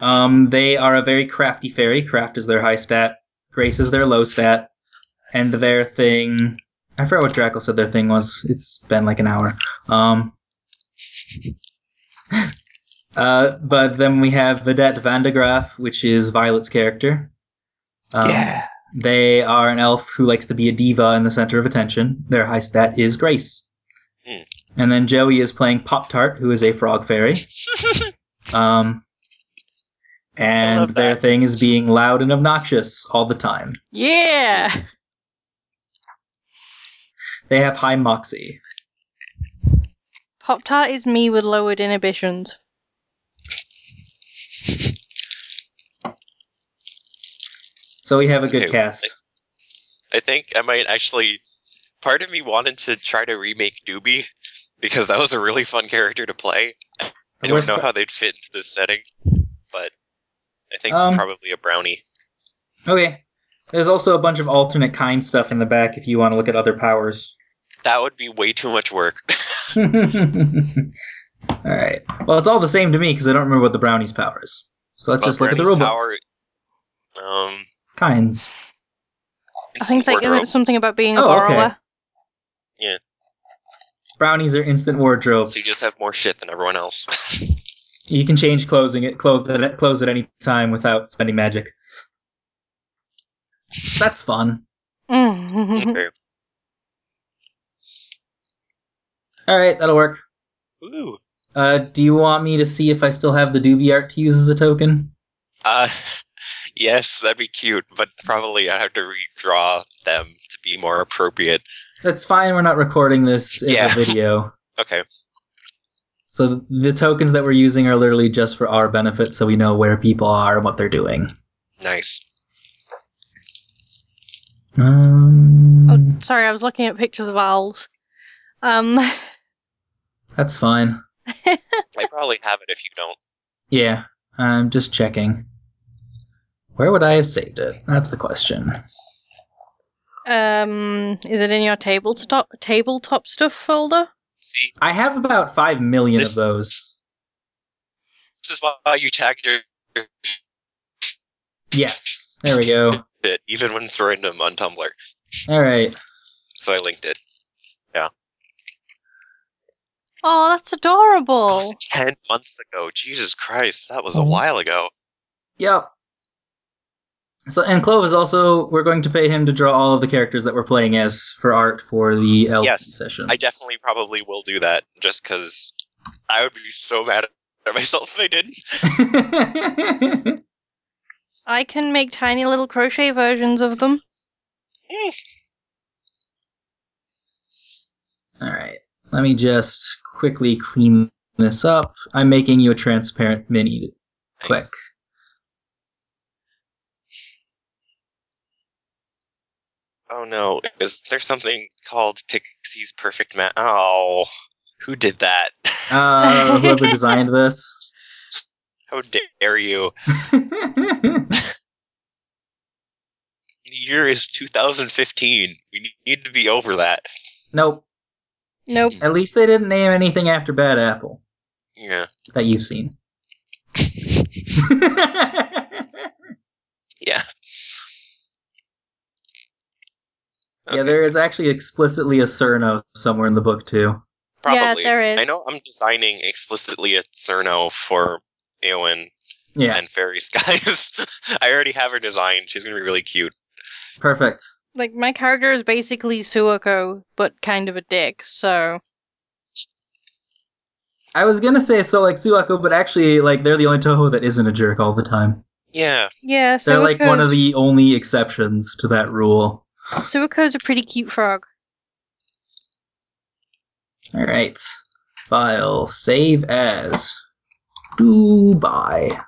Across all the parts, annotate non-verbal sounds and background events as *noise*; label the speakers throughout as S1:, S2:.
S1: Um, they are a very crafty fairy. Craft is their high stat. Grace is their low stat. And their thing. I forgot what Draco said their thing was. It's been like an hour. Um. *laughs* Uh, but then we have Vedette Van de Graaf, which is Violet's character. Um,
S2: yeah.
S1: They are an elf who likes to be a diva in the center of attention. Their high stat is Grace.
S3: Hmm.
S1: And then Joey is playing Pop Tart, who is a frog
S3: *laughs*
S1: fairy. Um,
S3: I love
S1: and their
S3: that.
S1: thing is being loud and obnoxious all the time.
S4: Yeah.
S1: They have high moxie.
S4: Pop Tart is me with lowered inhibitions.
S1: So we have a good
S3: Okay.
S1: cast.
S3: I think I might actually. Part of me wanted to try to remake Doobie because that was a really fun character to play. I don't
S1: Where's
S3: know
S1: Fra-
S3: how they'd fit into this setting, but I think
S1: Um,
S3: probably a brownie.
S1: Okay. There's also a bunch of alternate kind stuff in the back if you want to look at other powers. *laughs*
S3: That would be way too much work.
S1: all right. Well, it's all the same to me because I don't remember what the brownie's power is. So let's
S3: But
S1: just look at the
S3: brownie's
S1: rulebook.
S3: power. Um,
S1: Kinds.
S4: I think
S3: instant
S4: it's like isn't
S3: wardrobe.
S4: it something about being a
S1: Oh, okay.
S4: borrower.
S1: Brownies are instant wardrobes.
S3: So you just have more shit than everyone else. *laughs*
S1: You can change closing it clothes at clothes at any time without spending magic. That's fun.
S4: Mm.
S3: okay.
S1: All right, that'll work.
S3: Ooh.
S1: Uh, do you want me to see if I still have the doobie art to use as a token?
S3: Uh, *laughs* yes, that'd be cute, but probably I'd have to redraw them to be more appropriate.
S1: That's fine. We're not recording this as
S3: Yeah. *laughs*
S1: a video,
S3: Okay.
S1: so the tokens that we're using are literally just for our benefit, so we know where people are and what they're doing.
S3: Nice.
S1: Um,
S4: oh, *laughs* sorry, I was looking at pictures of owls. Um,
S1: that's fine.
S3: I probably have it if you don't.
S1: Yeah, I'm just checking. Where would I have saved it? That's the question.
S4: um, is it in your tabletop tabletop stuff folder?
S3: See,
S1: I have about five million
S3: This-
S1: of those.
S3: this is why you tagged your
S1: Yes. There we go.
S3: it, even when it's random on Tumblr.
S1: All right.
S3: So I linked it.
S4: Oh, that's adorable.
S3: Posted ten months ago. Jesus Christ, that was a
S1: Oh.
S3: while ago.
S1: Yep. So, and Clove is also, we're going to pay him to draw all of the characters that we're playing as for art for the LP
S3: Yes,
S1: session.
S3: I definitely probably will do that just because I would be so mad at myself if I didn't.
S1: definitely.
S4: I can make tiny little crochet versions of them.
S1: *laughs*
S3: Hmm.
S1: all right. Let me just quickly clean this up. I'm making you a transparent mini quick.
S3: Nice. Oh no, is there something called Pixie's Perfect Match? Oh, who did that?
S1: Uh, whoever designed this.
S3: *laughs*
S1: *laughs*
S3: How dare you? The year is 2015. We ne- need to be over that.
S1: nope.
S4: Nope.
S1: At least they didn't name anything after Bad Apple
S3: Yeah.
S1: that you've seen.
S3: Yeah.
S1: Yeah, there is actually explicitly a Cerno somewhere in the book too.
S3: Probably.
S4: Yeah, there is.
S3: I know I'm designing explicitly a Cerno for Eowyn
S1: Yeah,
S3: and Fairy *laughs* Skies. I already have her designed. She's gonna be really cute.
S1: perfect.
S4: Like my character is basically Suako, but kind of a dick. So
S1: I was gonna say so like Suako, but actually like they're the only Toho that isn't a jerk all the time.
S3: Yeah.
S4: yeah,
S1: They're like one of
S4: Suako's-
S1: the only exceptions to that rule.
S4: Suako's a pretty cute frog.
S1: All right, file save as Dubai.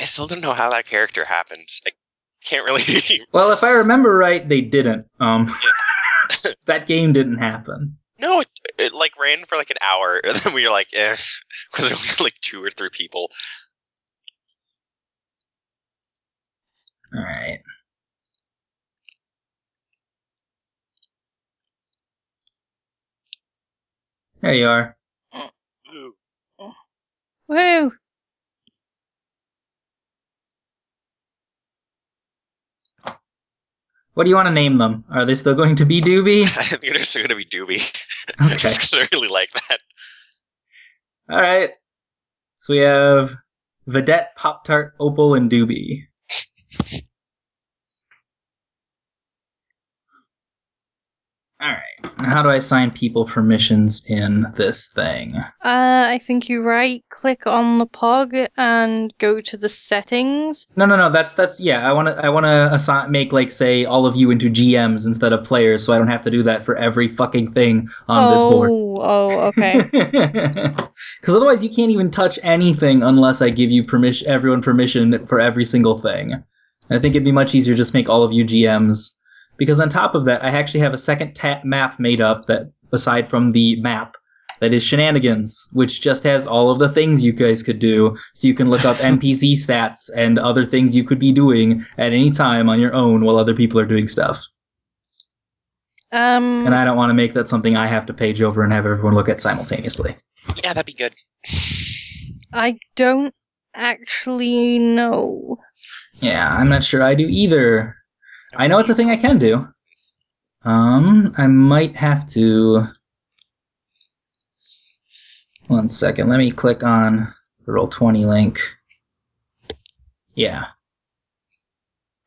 S3: I still don't know how that character happened. I can't really. *laughs*
S1: Well, if I remember right, they didn't. Um, *laughs* that game didn't happen.
S3: no, it, it like ran for like an hour, and then we were like, eh, because there were like two or three people. *laughs*
S1: All right. There you are.
S4: Woo!
S1: What do you want to name them? Are they still going to be Doobie?
S3: I think it's going to be Doobie. *laughs*
S1: Okay.
S3: Just 'cause I really like that.
S1: All right. So we have Vedette, Pop Tart, Opal, and Doobie. All right. Now How do I assign people permissions in this thing?
S4: Uh, I think you right click on the pog and go to the settings.
S1: No, no, no. That's that's yeah. I want to I want to assign make like say all of you into GMs instead of players, so I don't have to do that for every fucking thing on
S4: oh,
S1: this board.
S4: oh, okay.
S1: *laughs* Because otherwise, you can't even touch anything unless I give you permission, everyone permission for every single thing. I think it'd be much easier just make all of you GMs. Because on top of that, I actually have a second ta- map made up that, aside from the map, that is shenanigans, which just has all of the things you guys could do, so you can look up NPC stats and other things you could be doing at any time on your own while other people are doing stuff.
S4: um,
S1: And I don't want to make that something I have to page over and have everyone look at simultaneously.
S3: Yeah, that'd be good.
S4: I don't actually know.
S1: Yeah, I'm not sure I do either. I know it's a thing I can do. Um, I might have to. One second. Let me click on the roll twenty link. Yeah.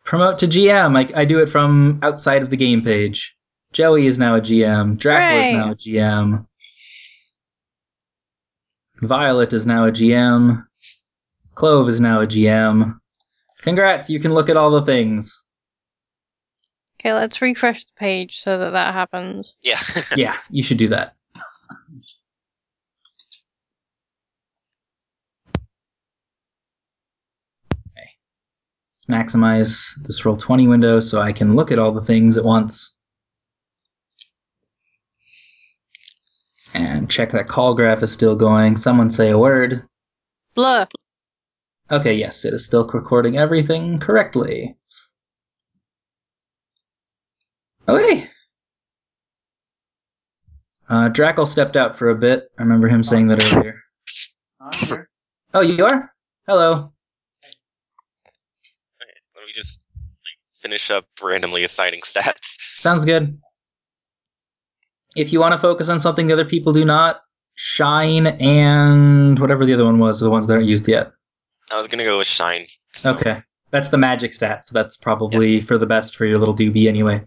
S1: Promote to GM. I, I do it from outside of the game page. Joey is now a GM. Dracula
S4: Hooray.
S1: is now a GM. Violet is now a GM. Clove is now a GM. Congrats! You can look at all the things.
S4: Okay, let's refresh the page so that that happens.
S3: Yeah.
S1: yeah, you should do that. Okay. Let's maximize this roll 20 window so I can look at all the things at once. And check that call graph is still going. Someone say a word.
S4: Blur.
S1: Okay, yes, it is still recording everything correctly. Okay. Uh, Drackle stepped out for a bit. I remember him saying that earlier. Oh, you are? Hello.
S3: Let me just like, finish up randomly assigning stats.
S1: Sounds good. If you want to focus on something the other people do not, Shine and whatever the other one was, the ones that aren't used yet.
S3: I was gonna go with Shine. so-
S1: Okay. That's the magic stat, so that's probably
S3: Yes.
S1: for the best for your little doobie anyway.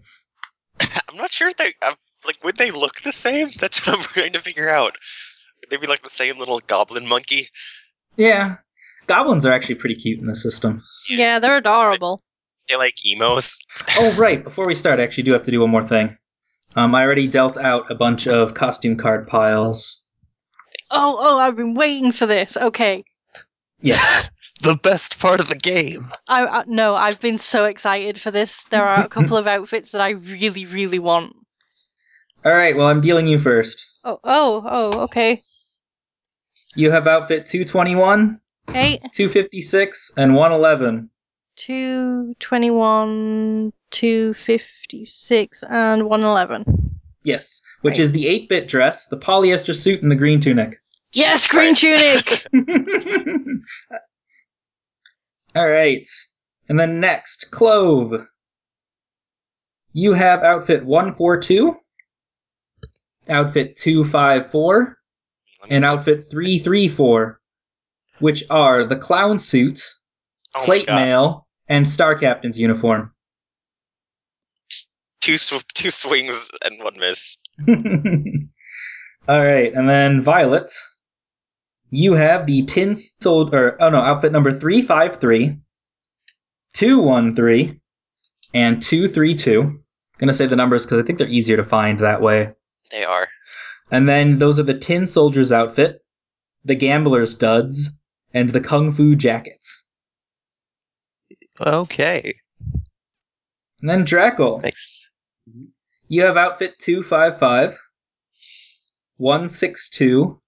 S3: I'm not sure if they I'm, like would they look the same. *laughs* That's what I'm trying to figure out. Would they be like the same little goblin monkey?
S1: Yeah. Goblins are actually pretty cute in this system.
S4: Yeah, they're adorable.
S3: They like emos.
S1: Oh, *laughs* right. Before we start, I actually do have to do one more thing. Um, I already dealt out a bunch of costume card piles.
S4: Oh, oh, I've been waiting for this. Okay.
S1: Yes.
S2: *laughs* the best part of the game.
S4: I, I no, I've been so excited for this. There are a couple of outfits that I really, really want.
S1: All right. Well, I'm dealing you first.
S4: Oh, oh, oh, okay.
S1: You have outfit 221,
S4: Okay.
S1: 256, and 111.
S4: 221, 256, and 111.
S1: Yes, which is the 8 bit dress, the polyester suit, and the green tunic.
S3: Jesus
S4: Yes, green
S3: Christ.
S1: *laughs*
S4: tunic!
S1: *laughs* All right. And then next, Clove. You have outfit 142, outfit 254, and uh, outfit 334, which are the clown suit,
S3: Oh my
S1: plate
S3: God.
S1: mail, and star captain's uniform.
S3: Two sw- two swings and one miss.
S1: *laughs* All right, and then Violet, you have the tin sold or oh no, outfit number 353, 213, and 232. I'm going to say the numbers cuz I think they're easier to find that way.
S3: They are.
S1: And then those are the tin soldier's outfit, the gambler's duds, and the kung fu jackets.
S2: Okay.
S1: And then Drackle.
S2: Thanks.
S1: You have outfit 255, 162,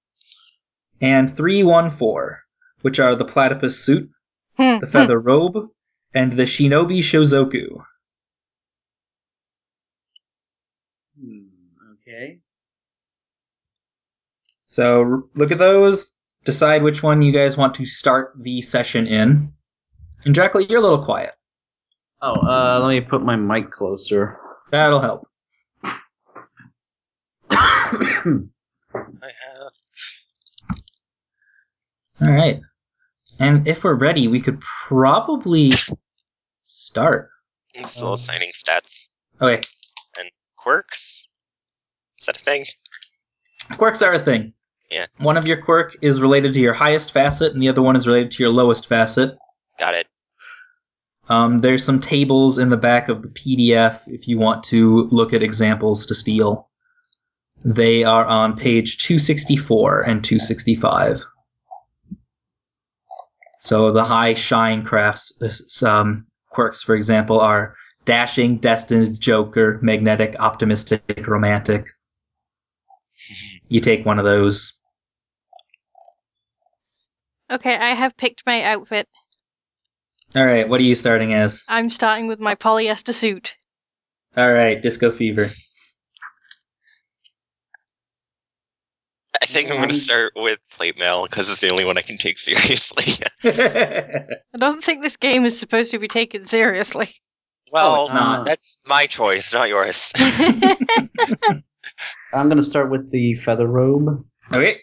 S1: and 314, which are the platypus suit,
S4: Hmm,
S1: the
S4: hmm.
S1: feather robe, and the shinobi shozoku.
S5: Hmm, okay.
S1: So r- look at those. Decide which one you guys want to start the session in. And Dracula, you're a little quiet.
S5: Oh, uh, let me put my mic *coughs* closer.
S1: That'll help.
S3: I have.
S1: All right. And if we're ready, we could probably start.
S3: I'm still
S1: Um.
S3: assigning stats.
S1: Okay.
S3: Quirks? Is that a thing?
S1: Quirks are a thing.
S3: Yeah.
S1: One of your quirk is related to your highest facet, and the other one is related to your lowest facet.
S3: Got it. *laughs*
S1: Um, there's some tables in the back of the PDF if you want to look at examples to steal. They are on page 264 and 265. So the high shine crafts uh, s- um, quirks, for example, are dashing, destined, joker, magnetic, optimistic, romantic. You take one of those.
S4: Okay, I have picked my outfit.
S1: All right, what are you starting as?
S4: I'm starting with my polyester suit.
S1: All right, disco fever. *laughs*
S3: I think I'm going to start with plate mail because it's the only one I can take *laughs* seriously.
S4: I don't think this game is supposed to be taken seriously.
S1: Oh,
S3: well,
S1: it's not.
S3: that's my choice, not
S2: *laughs*
S3: yours.
S5: I'm gonna start with the feather robe.
S1: Okay.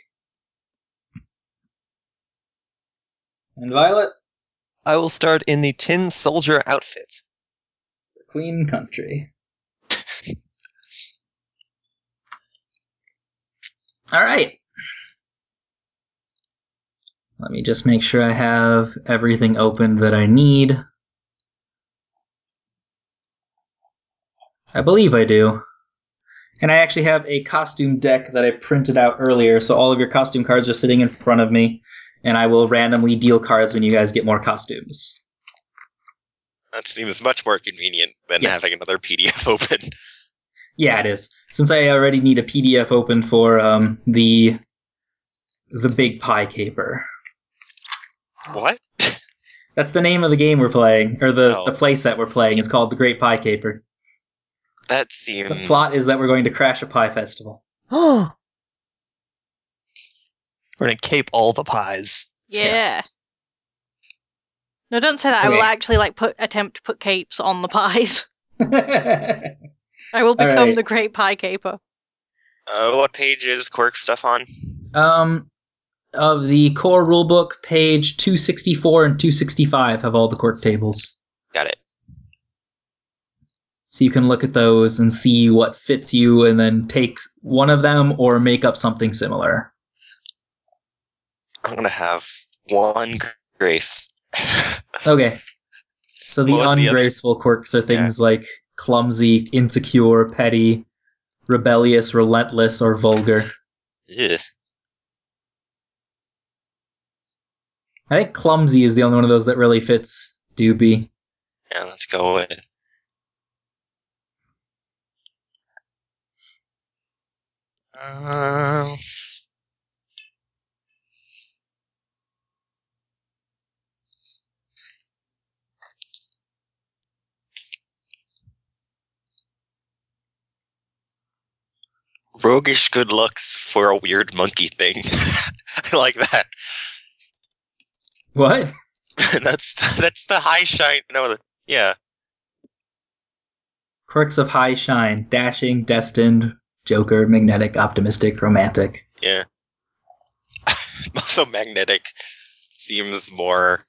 S1: And Violet,
S2: I will start in the tin soldier outfit.
S1: Queen Country. All right. Let me just make sure I have everything opened that I need. I believe I do. And I actually have a costume deck that I printed out earlier, so all of your costume cards are sitting in front of me, and I will randomly deal cards when you guys get more costumes.
S3: that seems much more convenient than
S1: Yes.
S3: having another PDF *laughs* open.
S1: Yeah, it is. Since I already need a PDF open for um, the the Big Pie Caper.
S3: What?
S1: That's the name of the game we're playing, or the
S3: Oh.
S1: the play set we're playing. It's called the Great Pie Caper.
S3: That
S1: The
S3: seems.
S1: plot is that we're going to crash a pie festival.
S2: We're gonna cape all the pies.
S4: yeah. No, don't say that. I will
S1: Okay.
S4: actually like put attempt to put capes on the pies. *laughs*
S1: Yes.
S4: I will
S1: All
S4: become
S1: right.
S4: the great pie caper.
S3: Uh, what page is quirk stuff on?
S1: *laughs* um, of the core rulebook, page two sixty four and two sixty five have all the quirk tables,
S3: Got it.
S1: so you can look at those and see what fits you, and then take one of them or make up something similar.
S3: I'm going to have one grace.
S1: Okay. So the
S3: What was the other-
S1: ungraceful quirks are things like clumsy, insecure, petty, rebellious, relentless, or vulgar.
S3: Ugh.
S1: I think clumsy is the only one of those that really fits Doobie.
S3: Yeah, let's go with. Um, roguish good looks for a weird monkey thing. *laughs* I like that. *laughs*
S1: What? *laughs*
S3: that's that's the high shine. No, the, yeah,
S1: Quirks of high shine, dashing, destined, joker, magnetic, optimistic, romantic.
S3: yeah. *laughs* also magnetic seems more.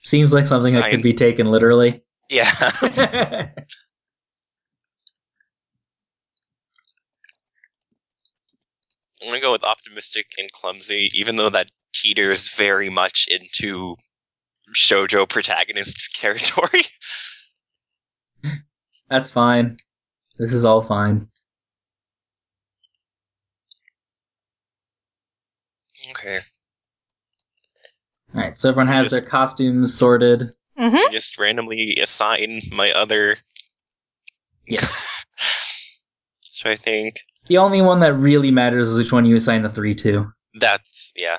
S1: Seems like something that could
S3: Sign.
S1: be taken literally. *laughs*
S3: *laughs* Yeah. I'm gonna go with optimistic and clumsy, even though that teeters very much into shojo protagonist *laughs* territory.
S1: That's fine. This is all fine.
S3: Okay.
S1: All right, so everyone has
S3: Yes.
S1: their costumes sorted.
S4: Mm-hmm.
S3: Just randomly assign my other.
S1: Yes.
S3: *laughs* so I think
S1: The only one that really matters is which one you assign the three to.
S3: that's yeah.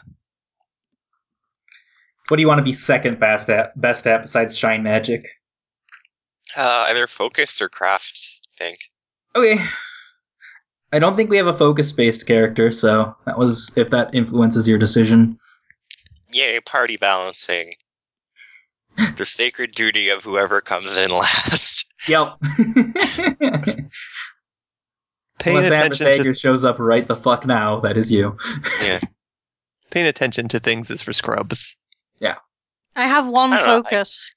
S1: What do you want to be second best at? Best at besides shine magic?
S3: Uh, either focus or craft. I think.
S1: Okay. I don't think we have a focus-based character, so that was if that influences your decision.
S3: Yay, party *laughs* balancing. the sacred duty of whoever comes in *laughs* last.
S1: *laughs* Yep.
S2: Paying
S1: Unless
S2: attention to
S1: Ambersager shows up right the fuck now, that is you.
S2: paying attention to things is for scrubs.
S4: I have one
S3: I don't know, I-
S4: focus.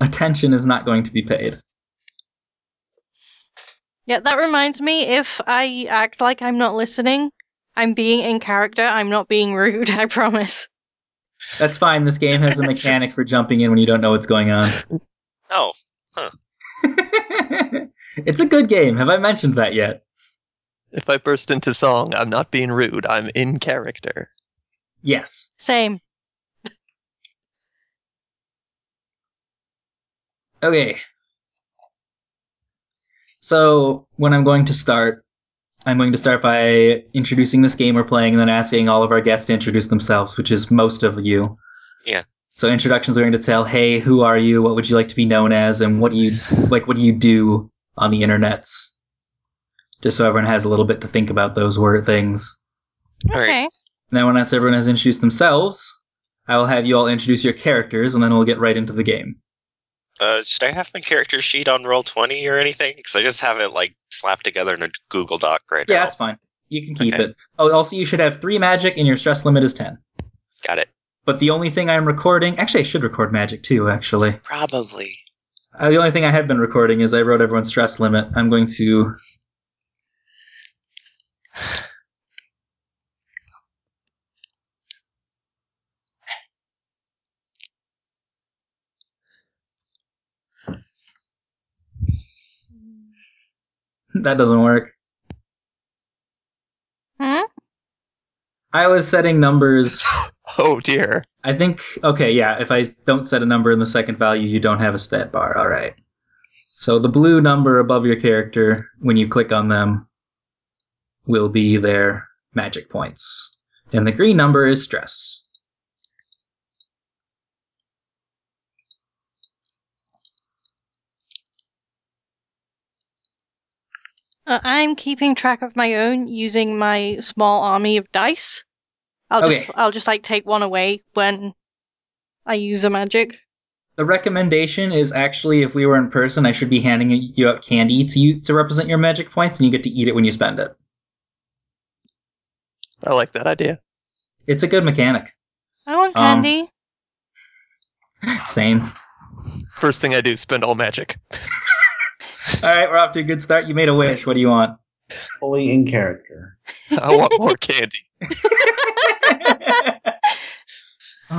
S1: Attention is not going to be paid.
S4: Yeah, that reminds me if I act like I'm not listening, I'm being in character, I'm not being rude, *laughs* I promise.
S1: That's fine. This game has a mechanic for jumping in when you don't know what's going on.
S3: Oh,
S1: *laughs* it's a good game. Have I mentioned that yet?
S2: If I burst into song, I'm not being rude. I'm in character.
S1: Yes.
S4: Same.
S1: Okay. So when I'm going to start, I'm going to start by introducing this game we're playing and then asking all of our guests to introduce themselves, which is most of you.
S3: Yeah.
S1: So introductions are going to tell, hey, who are you? What would you like to be known as? And what do you like what do you do on the internets? Just so everyone has a little bit to think about those word things.
S3: All right.
S4: Okay.
S1: And then once everyone has introduced themselves, I will have you all introduce your characters and then we'll get right into the game.
S3: Uh, should I have my character sheet on roll twenty or anything? Because I just have it like slapped together in a Google Doc right
S1: Yeah,
S3: now.
S1: that's fine. You can keep
S3: Okay.
S1: it. Oh, also, you should have three magic, and your stress limit is ten.
S3: Got it.
S1: But the only thing I'm recording, actually, I should record magic too. Actually,
S3: Probably.
S1: uh, the only thing I have been recording is I wrote everyone's stress limit. I'm going to. That doesn't work.
S4: Hmm?
S1: I was setting numbers.
S2: Oh dear.
S1: I think okay, yeah. If I s- don't set a number in the second value, you don't have a stat bar. All right. So the blue number above your character, when you click on them, will be their magic points, and the green number is stress.
S4: Uh, I'm keeping track of my own using my small army of dice. I'll
S1: Okay.
S4: just I'll just like take one away when I use a magic.
S1: The recommendation is actually, if we were in person, I should be handing you out candy to you to represent your magic points, and you get to eat it when you spend it.
S2: I like that idea.
S1: It's a good mechanic. *laughs*
S4: I want
S1: Um,
S4: candy.
S1: Same.
S2: First thing I do, spend all magic.
S1: All right, we're off to a good start. You made a wish. What do you want? *laughs*
S5: Fully in character.
S2: I want more candy.
S1: well,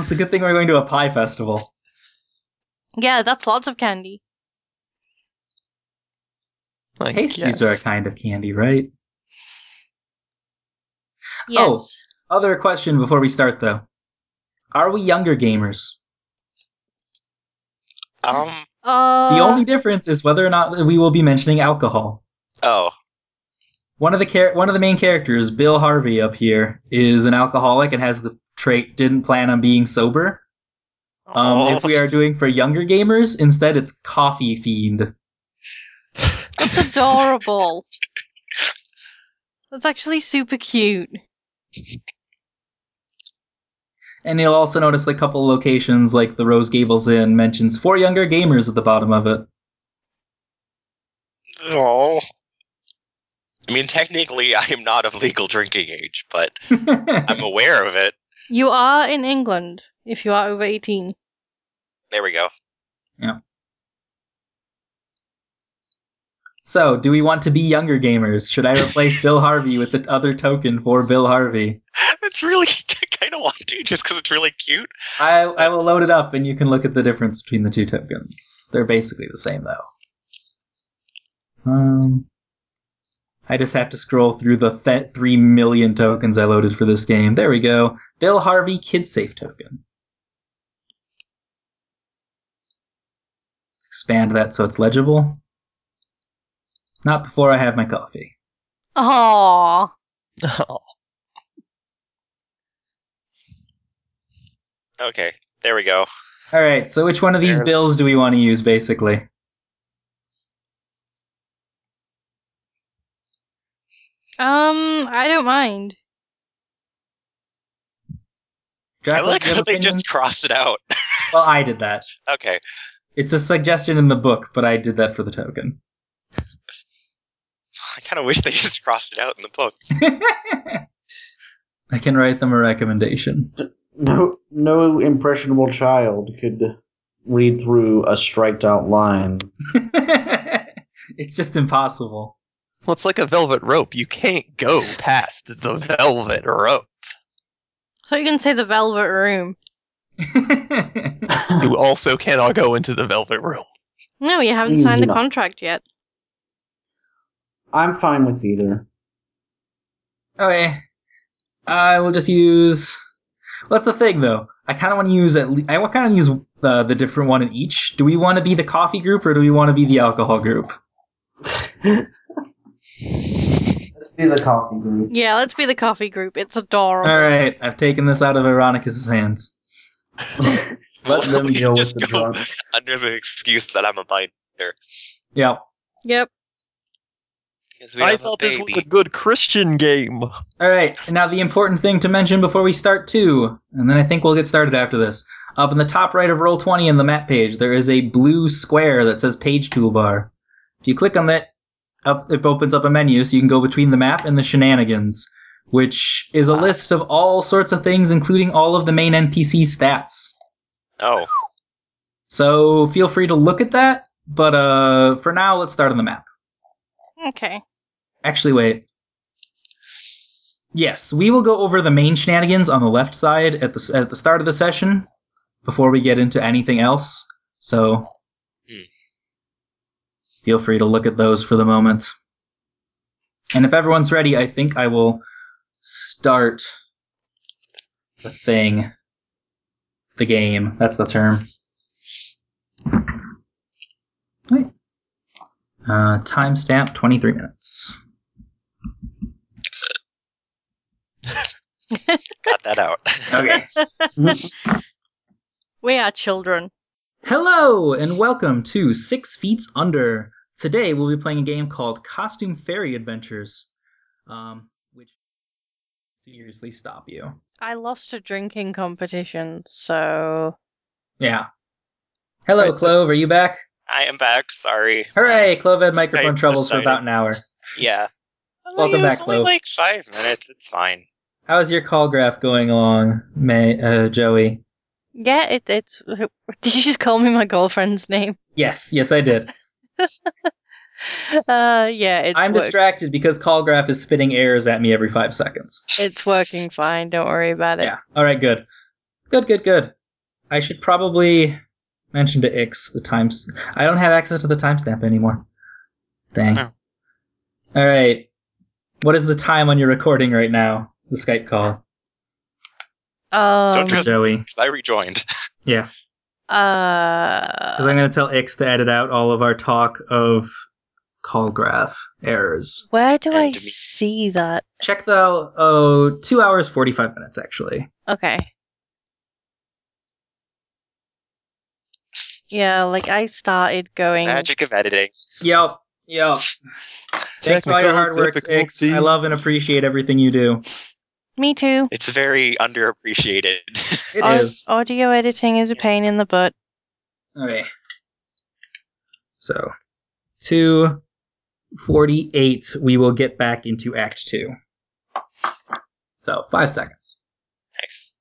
S1: it's a good thing we're going to a pie festival.
S4: yeah, that's lots of candy.
S2: I
S1: Pasties
S2: guess.
S1: are a kind of candy, right?
S4: Yes.
S1: Oh. Other question before we start, though. Are we younger gamers? Hmm.
S3: Um.
S4: Uh,
S1: the only difference is whether or not we will be mentioning alcohol.
S3: Oh.
S1: One of the char- one of the main characters, Bill Harvey up here, is an alcoholic and has the trait didn't plan on being sober. Um,
S3: Oh.
S1: If we are doing for younger gamers, instead it's coffee fiend.
S4: That's adorable. That's actually super cute.
S1: And you'll also notice a couple locations like the Rose Gables Inn mentions for younger gamers at the bottom of it.
S3: *laughs* Oh. I mean, technically, *laughs* I am not of legal drinking age, but
S1: *laughs*
S3: I'm aware of it.
S4: You are in England if you are over 18.
S3: There we go. *laughs*
S1: so, do we want to be younger gamers? Should I replace Bill Harvey with the other token for Bill Harvey?
S3: That's really *laughs* kind of want to, just because it's really cute.
S1: I, I will load it up and you can look at the difference between the two tokens. They're basically the same, though. Um, I just have to scroll through the th- 3 million tokens I loaded for this game. There we go. Bill Harvey Kid Safe token. Let's expand that so it's legible. Not before I have my coffee.
S4: Aww.
S2: *laughs* Oh,
S3: Okay, there we go.
S1: All right, so which one of these
S2: There's-
S1: bills do we want to use, basically?
S4: Um, I don't mind.
S3: I
S1: Jack,
S3: like
S1: do you
S3: how
S1: have
S3: they
S1: opinions?
S3: just cross it out. *laughs*
S1: Well, I did that.
S3: Okay.
S1: It's a suggestion in the book, but I did that for the token.
S3: I kind of wish they just crossed it out in the book. *laughs*
S1: I can write them a recommendation. *laughs*
S5: No, no impressionable child could read through a striked out line.
S1: it's just impossible. *laughs*
S2: Well, it's like a velvet rope. You can't go past the velvet rope.
S4: So you can say the Velvet Room.
S2: You also cannot go into the velvet room.
S4: No, you haven't
S1: Mm,
S5: Please
S4: signed the
S5: do not.
S4: contract yet.
S5: I'm fine with either.
S1: okay, I will just use. Well, that's the thing, though. I kind of want to use at. Le- I kind of use uh, the different one in each. Do we want to be the coffee group or do we want to be the alcohol group?
S5: Let's be the coffee
S3: *laughs*
S5: group.
S4: Yeah, let's be the coffee group. It's adorable.
S1: All right, I've taken this out of Ironicus's hands.
S5: Let them
S3: We
S5: deal with
S3: just
S5: the
S3: go
S5: drunk.
S3: under the excuse that I'm a binder.
S1: Yep.
S4: Yep.
S3: 'Cause we
S2: I
S3: have a
S2: thought this was
S3: baby.
S2: a good Christian game.
S1: All right. Now the important thing to mention before we start too, and then I think we'll get started after this. Up in the top right of roll twenty in the map page, there is a blue square that says page toolbar. If you click on that, up it opens up a menu so you can go between the map and the shenanigans, which is a list of all sorts of things, including all of the main NPC stats.
S3: Oh,
S1: So feel free to look at that, but uh, for now, let's start on the map.
S4: Okay.
S1: Actually, wait. Yes, we will go over the main shenanigans on the left side at the at the start of the session before we get into anything else. So
S3: Hmm.
S1: feel free to look at those for the moment. And if everyone's ready, I think I will start the thing. The game. That's the term. Right. Uh, timestamp 23 minutes.
S3: got that out.
S1: Okay.
S4: We are children.
S1: Hello and welcome to Six Feets Under. Today we'll be playing a game called Costume Fairy Adventures, um, which seriously stop you.
S4: I lost a drinking competition, so
S1: Yeah. Hello,
S2: Right, so-
S1: Clove. Are you back?
S3: *laughs* I am back. Sorry.
S1: Hooray! Clove had microphone
S3: Skype
S1: troubles for
S3: decided.
S1: about an hour.
S3: Yeah. Oh,
S1: Welcome
S3: yeah, it's
S1: back,
S3: only
S1: Lo.
S3: like five minutes. It's fine.
S1: How's your call graph going along, May, uh, Joey?
S4: yeah, it, it's. *laughs* Did you just call me my girlfriend's name? *laughs*
S1: Yes, yes, I did.
S4: Uh, yeah, it's
S1: I'm
S4: work-
S1: distracted because call graph is spitting errors at me every five seconds.
S4: it's working fine. Don't worry about it.
S1: Yeah. All right. Good. Good. Good. Good. I should probably mention to Ix the times. I don't have access to the timestamp anymore. Dang.
S2: Oh.
S1: All right. What is the time on your recording right now? The Skype call,
S4: Um,
S3: Don't trust-
S1: Joey.
S3: 'Cause I rejoined.
S1: Yeah,
S4: uh,
S1: because I'm going to tell Ix to edit out all of our talk of call graph errors.
S4: where do
S3: And
S4: I
S3: to me.
S4: see that?
S1: Check the oh two hours forty five minutes actually.
S4: Okay. Yeah, like I started going.
S3: Magic of editing.
S1: Yep. Yep. Thanks for all your hard work, Ix. I love and appreciate everything you do.
S4: Me too.
S3: It's very underappreciated. *laughs*
S1: It is.
S4: Au- Audio editing is a pain in the butt.
S1: Okay. So, 248, we will get back into Act 2. So, five seconds.
S3: nice.